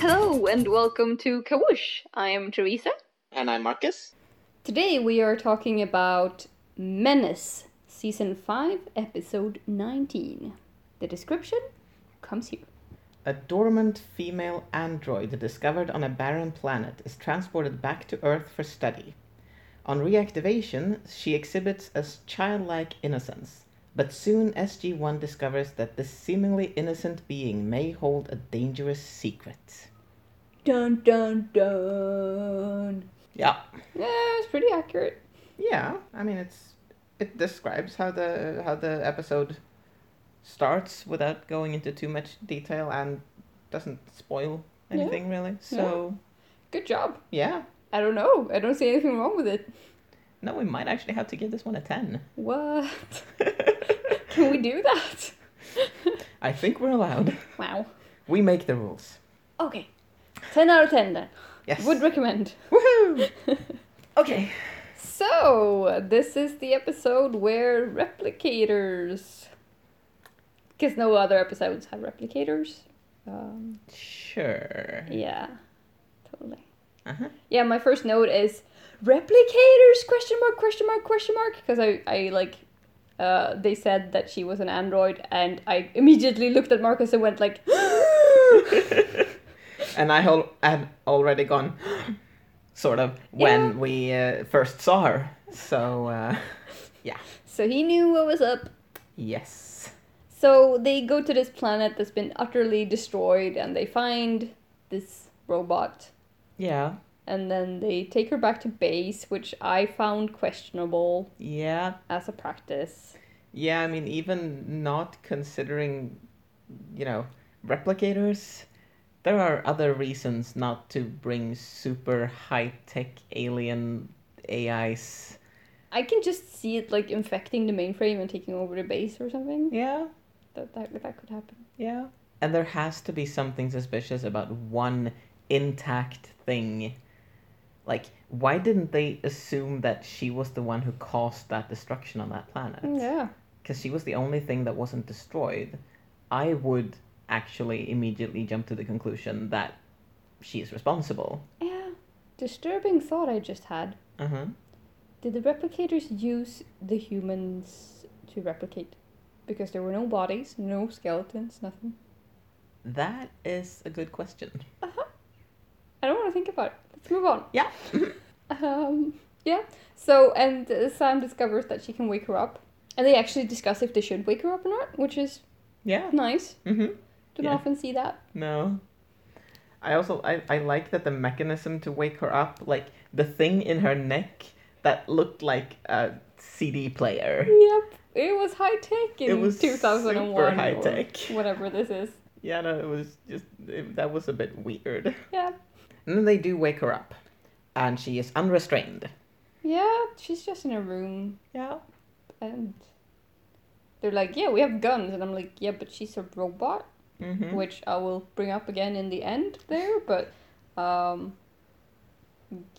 and welcome to Kawoosh. I am Teresa. And I'm Marcus. Today we are talking about Menace, Season 5, Episode 19. The description comes here. A dormant female android discovered on a barren planet is transported back to Earth for study. On reactivation, she exhibits a childlike innocence, but soon SG 1 discovers that this seemingly innocent being may hold a dangerous secret. Dun dun dun. Yeah. Yeah, it's pretty accurate. Yeah, I mean it's it describes how the how the episode starts without going into too much detail and doesn't spoil Yeah. anything really. So Good job. yeah. I don't know. I don't see anything wrong with it. No, we might actually have to give this one a ten. What? Can we do that? I think we're allowed. Wow. We make the rules. Okay. 10 out of 10 then. Yes. Would recommend. Woohoo! okay. So, this is the episode where replicators. Because no other episodes have replicators. Um, Sure. yeah, totally. Uh-huh. Yeah, my first note is replicators? Question mark? Question mark? Question mark? Because I, I like, uh, they said that she was an android, and I immediately looked at Marcus and went like, and I hol- had already gone sort of when we uh, first saw her. So uh, yeah. so he knew what was up. Yes. So they go to this planet that's been utterly destroyed, and they find this robot Yeah. and then they take her back to base, which I found questionable Yeah. as a practice. Yeah, I mean even not considering you know, replicators, there are other reasons not to bring super high-tech alien AIs. I can just see it like infecting the mainframe and taking over the base or something. Yeah. That that, that could happen. Yeah. And there has to be something suspicious about one intact thing. Like, why didn't they assume that she was the one who caused that destruction on that planet? Yeah. Because she was the only thing that wasn't destroyed. I would actually immediately jump to the conclusion that she is responsible. Yeah. Disturbing thought I just had. Uh huh. Did the replicators use the humans to replicate? Because there were no bodies, no skeletons, nothing. That is a good question. I don't want to think about it. Let's move on. Yeah. Um, yeah. So, and uh, Sam discovers that she can wake her up. And they actually discuss if they should wake her up or not, which is Yeah. nice. Mm hmm. Don't Yeah. often see that. No. I also I, I like that the mechanism to wake her up, like the thing in her neck that looked like a CD player. Yep. It was high tech in It was 2001. super or high-tech. Whatever this is. Yeah, no, it was just it, that was a bit weird. Yeah. And then they do wake her up, and she is unrestrained. Yeah, she's just in a room Yeah. and they're like, yeah, we have guns. And I'm like, yeah, but she's a robot, Mm-hmm. which I will bring up again in the end there. But, um,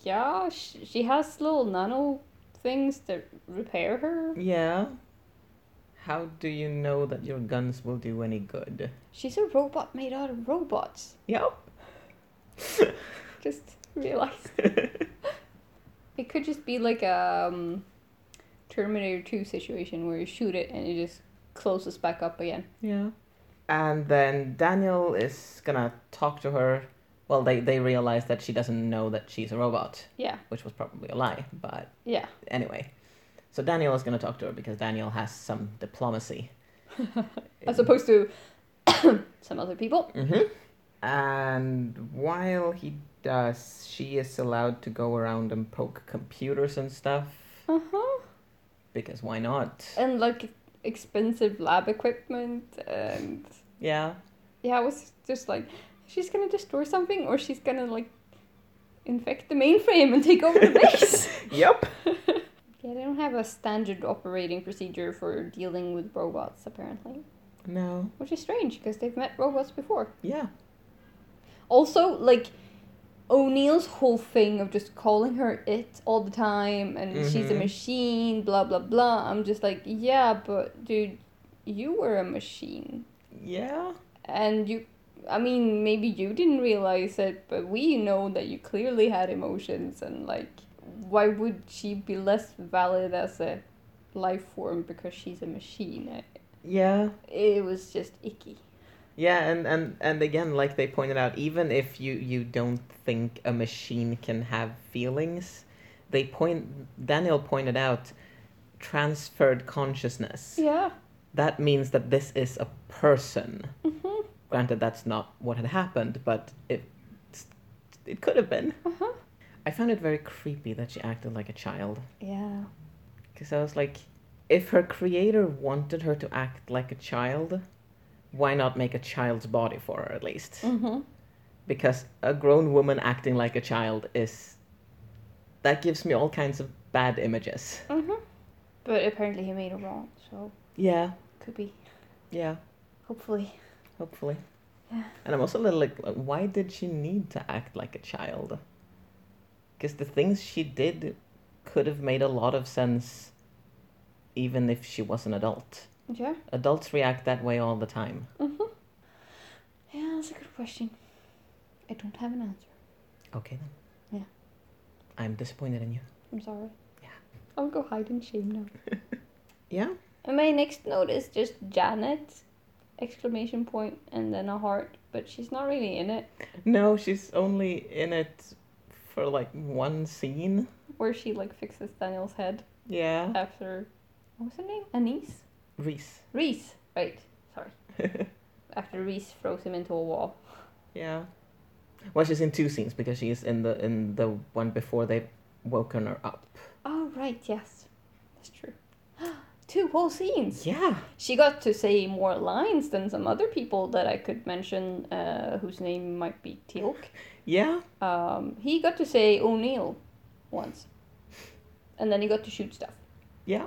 yeah, she, she has little nano things that repair her. Yeah. How do you know that your guns will do any good? She's a robot made out of robots. Yep. Just realized. It could just be like a um, Terminator 2 situation where you shoot it and it just closes back up again. Yeah. And then Daniel is gonna talk to her. Well, they, they realize that she doesn't know that she's a robot, Yeah, which was probably a lie, but yeah. anyway. So Daniel is gonna talk to her because Daniel has some diplomacy. As opposed to some other people. hmm And while he does, she is allowed to go around and poke computers and stuff Uh huh. because why not? And like expensive lab equipment. And Yeah. yeah, I was just like, she's gonna destroy something or she's gonna like infect the mainframe and take over the base. Yep. yeah, they don't have a standard operating procedure for dealing with robots apparently, No. which is strange because they've met robots before. Yeah. Also, like O'Neill's whole thing of just calling her it all the time and she's a Mhm. machine, blah blah blah. I'm just like, yeah, but dude, you were a machine Yeah. and you I mean, maybe you didn't realize it, but we know that you clearly had emotions, and like, why would she be less valid as a life form because she's a machine? I- Yeah. It was just icky. Yeah, and, and, and again, like they pointed out, even if you, you don't think a machine can have feelings, they point Daniel pointed out transferred consciousness. Yeah. That means that this is a person. Mm-hmm. Granted, that's not what had happened, but it it could have been. Uh-huh. I found it very creepy that she acted like a child. Yeah. Because I was like, if her creator wanted her to act like a child, why not make a child's body for her at least? Mm-hmm. Because a grown woman acting like a child is. That gives me all kinds of bad images. Mm-hmm. But apparently he made it wrong, so Yeah, could be. yeah, Hopefully. hopefully. Yeah. And I'm also a little like, like, why did she need to act like a child? Because the things she did could have made a lot of sense even if she was an adult. Yeah. Adults react that way all the time. Mm-hmm. Yeah, that's a good question. I don't have an answer. Okay then. Yeah. I'm disappointed in you. I'm sorry. Yeah. I'll go hide in shame now. Yeah? And my next note is just Janet, exclamation point, and then a heart, but she's not really in it. No, she's only in it for like one scene. Where she like fixes Daniel's head Uh, Yeah. after what was her name? Anise? Reese. Reese. Right. Sorry. after Reese throws him into a wall. Yeah. Well, she's in two scenes because she is in the in the one before they've woken her up. Oh right, yes. That's true. Two whole scenes. Yeah. She got to say more lines than some other people that I could mention, uh, whose name might be Teal'c. Yeah. Um, he got to say O'Neill once, and then he got to shoot stuff. Yeah.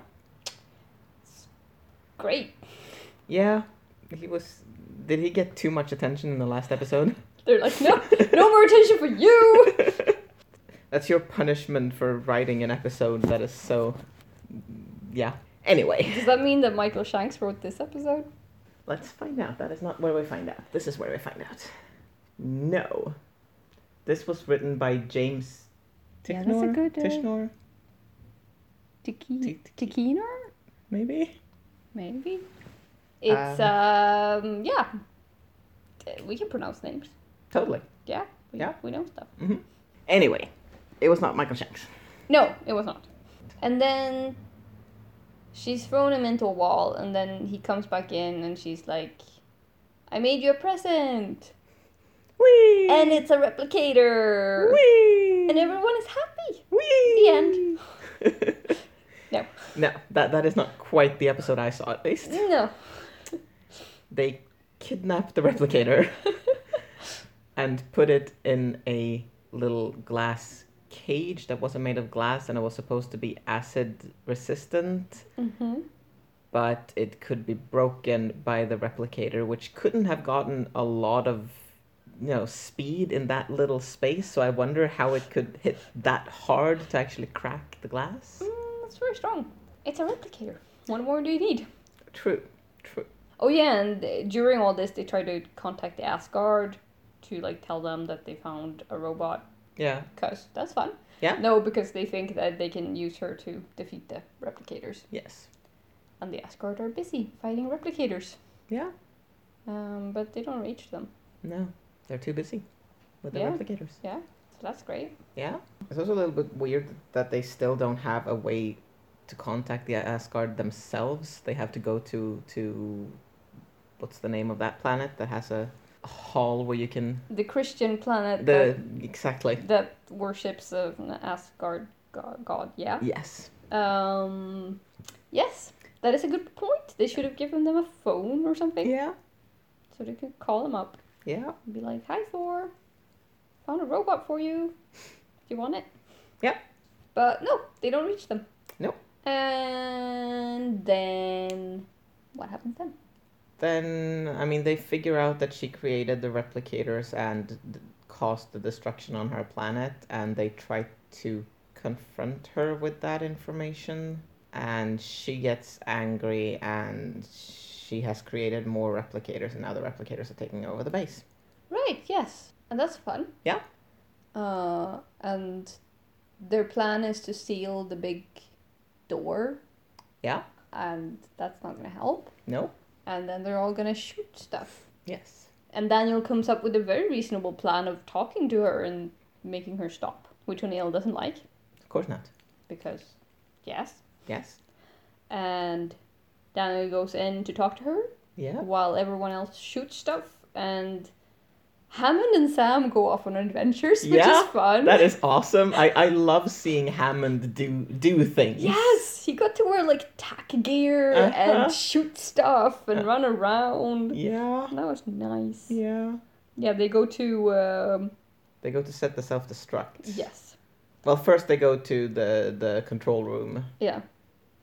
Great. Yeah. He was did he get too much attention in the last episode? They're like, no, no more attention for you. That's your punishment for writing an episode that is so yeah. Anyway. Does that mean that Michael Shanks wrote this episode? Let's find out. That is not where we find out. This is where we find out. No. This was written by James Yeah, that's a Ticknor? good, uh, Tishnor, Tiki- Tiki- Tikinor? maybe? Maybe. It's um yeah. Uh, We can pronounce names. Totally. Yeah. We, Yeah. We know stuff. hmm Anyway, it was not Michael Shanks. No, it was not. And then she's thrown him into a wall, and then he comes back in, and she's like, "I made you a present, Whee! and it's a replicator, Whee! and everyone is happy." Whee! The end. No. no, that, that is not quite the episode I saw, at least. No. They kidnapped the replicator and put it in a little glass cage that wasn't made of glass and it was supposed to be acid resistant. Mm-hmm. but it could be broken by the replicator, which couldn't have gotten a lot of you know speed in that little space. So I wonder how it could hit that hard to actually crack the glass. Mm, that's very strong. It's a replicator. What more do you need? True, true. Oh yeah, and uh, during all this, they try to contact Asgard to like tell them that they found a robot. Yeah, Cause that's fun. Yeah. No, because they think that they can use her to defeat the replicators, yes, and the Asgard are busy fighting replicators. yeah. Um, but they don't reach them, No, they're too busy with the Yeah. replicators. so that's great. Yeah, it's also a little bit weird that they still don't have a way to contact the Asgard themselves. They have to go to to what's the name of that planet that has a a hall where you can The Christian planet The exactly. that, that worships of an Asgard god, god. Yeah. Yes. Um, yes, that is a good point. They should have given them a phone or something Yeah. so they could call them up. Yeah. and be like, "Hi Thor, found a robot for you. Do you want it?" Yep. But no, they don't reach them. Nope. And then what happens then? Then I mean they figure out that she created the replicators and d- caused the destruction on her planet and they try to confront her with that information and she gets angry and she has created more replicators and now the replicators are taking over the base. Right, yes. And that's fun. Yeah. Uh, and their plan is to seal the big door. Yeah. And that's not going to help. No? And then they're all going to shoot stuff. Yes. And Daniel comes up with a very reasonable plan of talking to her and making her stop, which O'Neill doesn't like Of course not. because, yes. Yes. And Daniel goes in to talk to her Yeah. while everyone else shoots stuff and Hammond and Sam go off on adventures, which Yeah, is fun. That is awesome. I, I love seeing Hammond do do things. yes, he got to wear like tack gear Uh-huh. and shoot stuff and run around. Yeah. That was nice. Yeah, Yeah. they go to um, They go to set the self destruct. yes, Well, first they go to the the control room, yeah,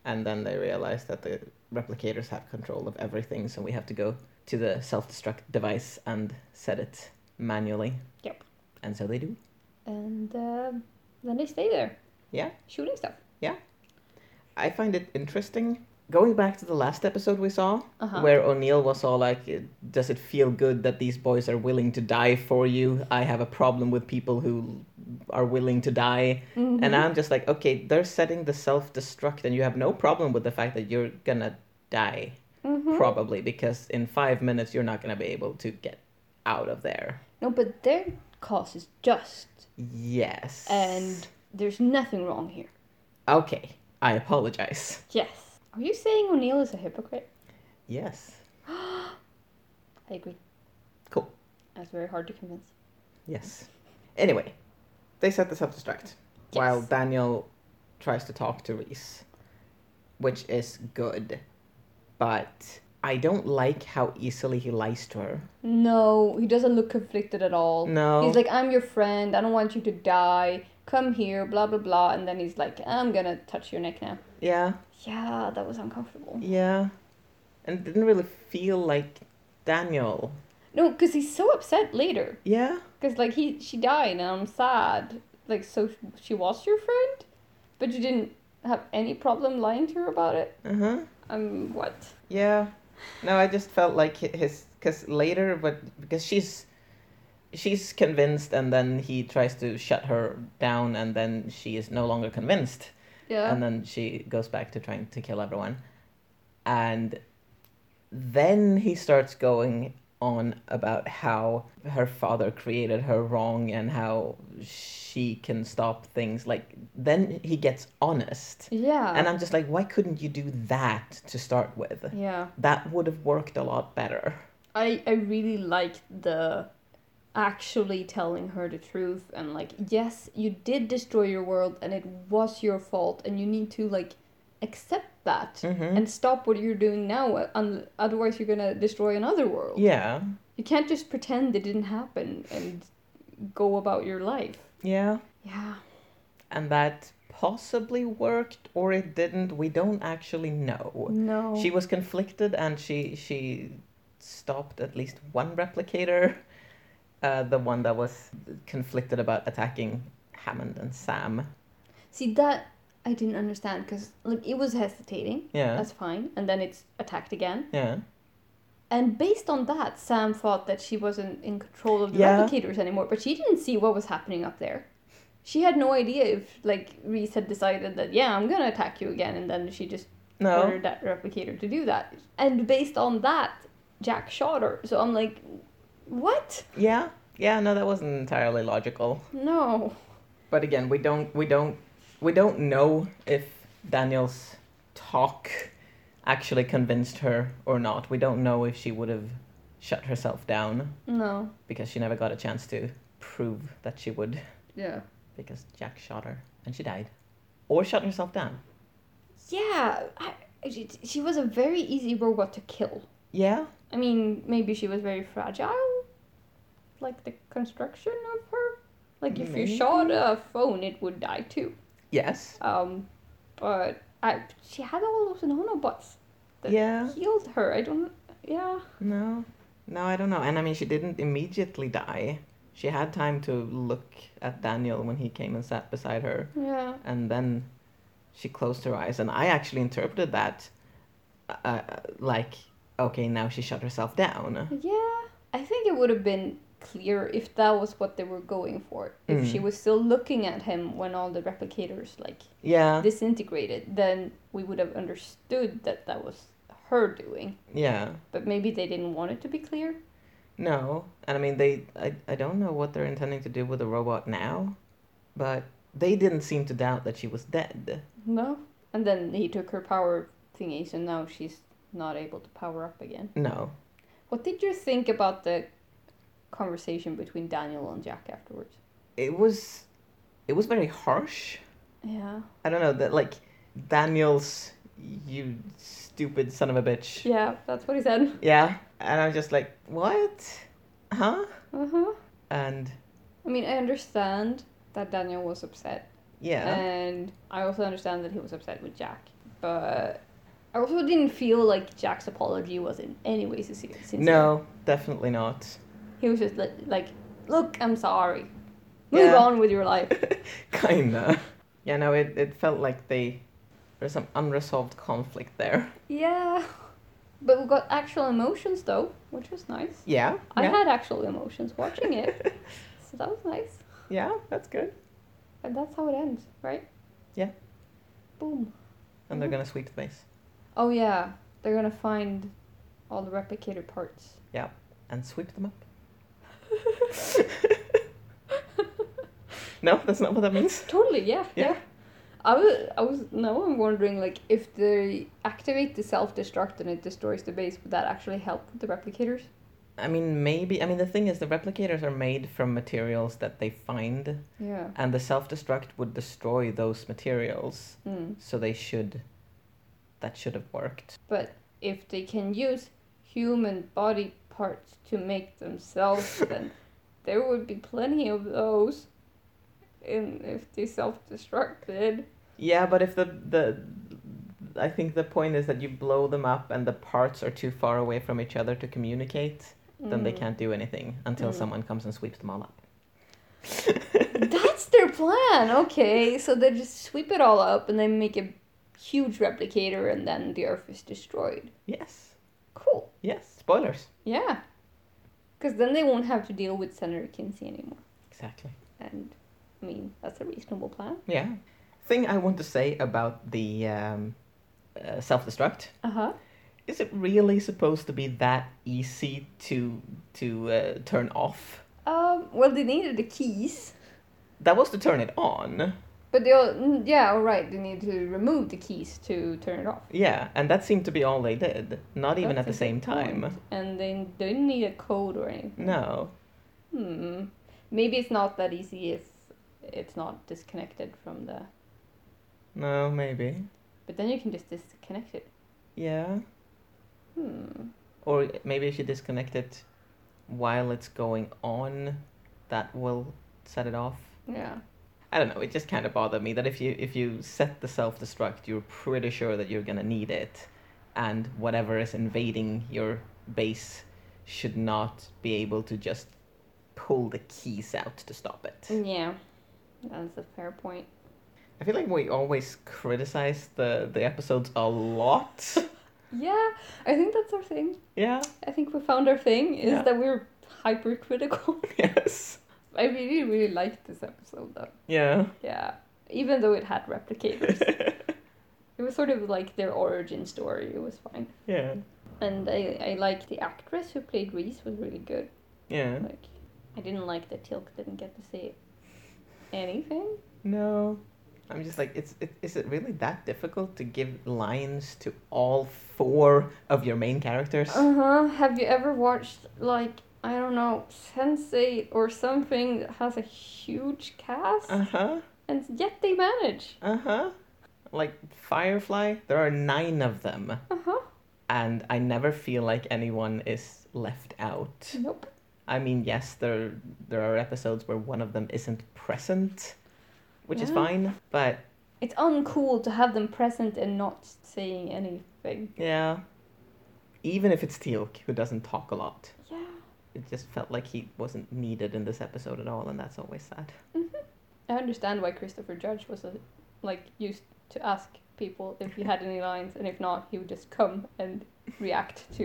and then they realize that the replicators have control of everything, so we have to go to the self destruct device and set it manually. Yep. And so they do. and um then they stay there. Yeah. shooting stuff. I find it interesting. Going back to the last episode we saw, Uh huh. where O'Neill was all like, "Does it feel good that these boys are willing to die for you? I have a problem with people who are willing to die." Mm-hmm. And I'm just like, "Okay, they're setting the self-destruct, and you have no problem with the fact that you're gonna die Mm-hmm. probably because in five minutes you're not gonna be able to get out of there." No, but their cause is just, Yes. and there's nothing wrong here. okay, I apologize. Yes. Are you saying O'Neill is a hypocrite? Yes. I agree. Cool. That's very hard to convince. Yes. Anyway, they set the self destruct while Yes. Daniel tries to talk to Reese, which is good. But I don't like how easily he lies to her. No, he doesn't look conflicted at all. Mm, No. He's like, I'm your friend. I don't want you to die. Come here, blah, blah, blah. And then he's like, I'm gonna touch your neck now. yeah, Yeah, that was uncomfortable. yeah. And it didn't really feel like Daniel. No, because he's so upset later. Yeah, Because, like, he she died and I'm sad. Like, so she was your friend? But you didn't have any problem lying to her about it? uh huh. Um, what? Yeah. No, I just felt like hi- his because later, but because she's she's convinced, and then he tries to shut her down, and then she is no longer convinced, Yeah. and then she goes back to trying to kill everyone, and then he starts going on about how her father created her wrong and how she can stop things like then he gets honest yeah. and i'm just like why couldn't you do that to start with yeah. that would have worked a lot better. I I really liked the actually telling her the truth and like yes you did destroy your world and it was your fault and you need to like accept that Mm-hmm. and stop what you're doing now uh, un- otherwise you're gonna destroy another world Yeah, you can't just pretend it didn't happen and go about your life yeah. yeah And that possibly worked or it didn't. We don't actually know. no She was conflicted and she she stopped at least one replicator, uh, the one that was conflicted about attacking Hammond and Sam. see that i didn't understand because like it was hesitating Yeah, that's fine and then it's attacked again yeah, And based on that, Sam thought that she wasn't in control of the Yeah. replicators anymore, but she didn't see what was happening up there. She had no idea if, like, Reese had decided that, yeah, I'm gonna attack you again, and then she just no, ordered that replicator to do that. And based on that, Jack shot her. So I'm like, what? yeah, yeah. No, that wasn't entirely logical. No. But again, we don't we don't we don't know if Daniel's talk actually convinced her or not. We don't know if she would have shut herself down No. because she never got a chance to prove that she would Yeah. because Jack shot her and she died or shut herself down. Yeah. I, she, she was a very easy robot to kill. Yeah. I mean, maybe she was very fragile. Like the construction of her. Like if you shot a phone, it would die too. Yes. Um, but I, she had all those nanobots that Yeah. healed her. I don't. Yeah. No. No, I don't know. And I mean, she didn't immediately die. She had time to look at Daniel when he came and sat beside her. Yeah. and then she closed her eyes and i actually interpreted that uh, like okay now she shut herself down Yeah. I think it would have been clear if that was what they were going for. If Mm. she was still looking at him when all the replicators like Yeah. disintegrated, then we would have understood that that was her doing. Yeah. But maybe they didn't want it to be clear. No. And I mean, they. I, I don't know what they're intending to do with the robot now, but they didn't seem to doubt that she was dead. No. And then he took her power thingy, so now she's not able to power up again. No. What did you think about the conversation between Daniel and Jack afterwards? It was. It was very harsh. Yeah. I don't know that like Daniel's you stupid son of a bitch. Yeah, that's what he said. Yeah. And I was just like, what? Huh? Uh huh. And I mean, I understand that Daniel was upset, yeah. and I also understand that he was upset with Jack, but I also didn't feel like Jack's apology was in any way sincere. sincere. no, definitely not. he was just li- like, "Look, I'm sorry. Move Yeah. on with your life." Kinda. Yeah, no, it, it felt like they there's some unresolved conflict there. yeah, but we got actual emotions though, which was nice. Yeah. I yeah. had actual emotions watching it, so that was nice. yeah, that's good. And that's how it ends, right? Yeah. Boom. And they're gonna sweep the base. Oh yeah, they're gonna find all the replicator parts. And sweep them up. no, that's not what that means. Totally, yeah, yeah. Yeah. I was, I was. Now I'm wondering, like, if they activate the self destruct and it destroys the base, would that actually help with the replicators? I mean maybe I mean the thing is the replicators are made from materials that they find Yeah. and the self destruct would destroy those materials. Mm. So they should that should have worked. But if they can use human body parts to make themselves, then there would be plenty of those. And if they self destructed, Yeah, but if the the I think the point is that you blow them up and the parts are too far away from each other to communicate, then hmm. they can't do anything until Mm. someone comes and sweeps them all up. That's their plan. Okay, so they just sweep it all up and they make a huge replicator, and then the Earth is destroyed. Yes. Cool. Yes. Spoilers. Yeah. Because then they won't have to deal with Senator Kinsey anymore. Exactly. And, I mean, that's a reasonable plan. Yeah. Thing I want to say about the um, uh, self destruct Uh huh. is it really supposed to be that easy to to uh, turn off? Um, well, they needed the keys. That was to turn it on. But they all, mm, yeah, alright, they need to remove the keys to turn it off. Yeah, and that seemed to be all they did. Not even That's at the a same good point. time. And they didn't need a code or anything. No. Hmm. Maybe it's not that easy if it's not disconnected from the. No, maybe. But then you can just disconnect it. Yeah. Hmm. Or maybe if you disconnect it while it's going on, that will set it off. Yeah. I don't know, it just kind of bothered me that if you if you set the self-destruct, you're pretty sure that you're going to need it and whatever is invading your base should not be able to just pull the keys out to stop it. Yeah. That's a fair point. I feel like we always criticize the the episodes a lot. Yeah, I think that's our thing. yeah. I think we found our thing is Yeah. that we're hypercritical. Yes. I really, really liked this episode though. Yeah. Yeah. Even though it had replicators, it was sort of like their origin story. It was fine. yeah. And I, I liked the actress who played Reese was really good. Yeah. Like, I didn't like that Tilk didn't get to say anything. No. I'm just like, it's, it, is it really that difficult to give lines to all four of your main characters? Uh huh. Have you ever watched like I don't know Sensei or something that has a huge cast, Uh huh. and yet they manage. Uh huh. Like Firefly, there are nine of them, Uh huh. and I never feel like anyone is left out. Nope. I mean, yes, there there are episodes where one of them isn't present, which is Yeah. fine. But It's uncool to have them present and not saying anything. yeah, even if it's Teal'c who doesn't talk a lot, Yeah. it just felt like he wasn't needed in this episode at all, and that's always sad. I understand why Christopher Judge was a, like used to ask people if he had any lines, and if not, he would just come and react to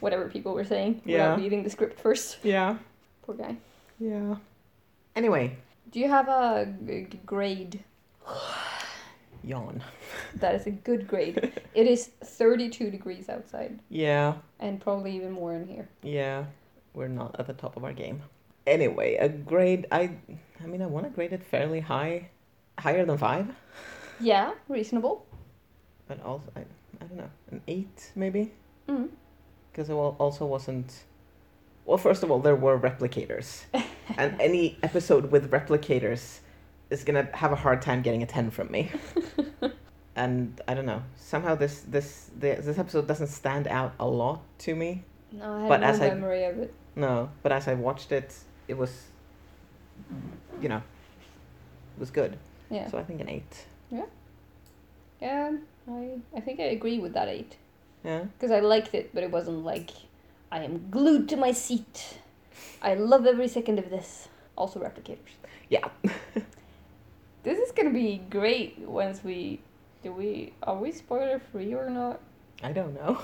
whatever people were saying Yeah. without reading the script first. Yeah. Poor guy. Yeah. Anyway, Do you have a g- g- grade? yawn. That is a good grade. it is 32 degrees outside Yeah, and probably even more in here. yeah. We're not at the top of our game. Anyway, a grade. I, I mean, I want to grade it fairly high, higher than five, Yeah, reasonable. but also I, I don't know, an eight maybe, Mm. because it wa- also wasn't. Well, first of all, there were replicators, and any episode with replicators is gonna have a hard time getting a ten from me. and I don't know. Somehow this this this, this episode doesn't stand out a lot to me. No, I had But no as I- memory of it. No, but as I watched it, it was, you know, it was good. Yeah. So I think an eight. Yeah, I, I think I agree with that 8. Yeah. Because I liked it, but it wasn't like I am glued to my seat. I love every second of this. Also, replicators. Yeah. This is gonna be great once we. Do we. Are we spoiler free or not? I don't know.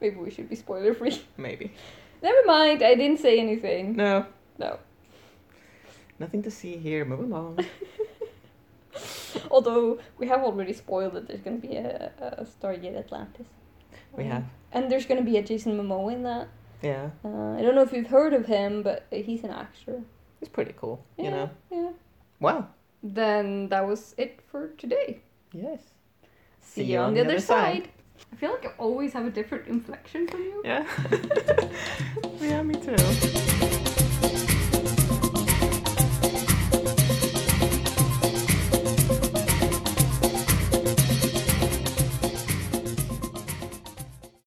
Maybe we should be spoiler free. Maybe. Never mind, I didn't say anything. No. No. Nothing to see here. Move along. Although we have already spoiled that there's gonna be a, a Stargate Atlantis. We Mm. have. And there's gonna be a Jason Momoa in that. Yeah. Uh, I don't know if you've heard of him, but he's an actor. It's pretty cool. Yeah, You know. yeah. Wow. Then that was it for today. Yes. See, you on the, other side. I feel like I always have a different inflection from you. Yeah. yeah. Me too.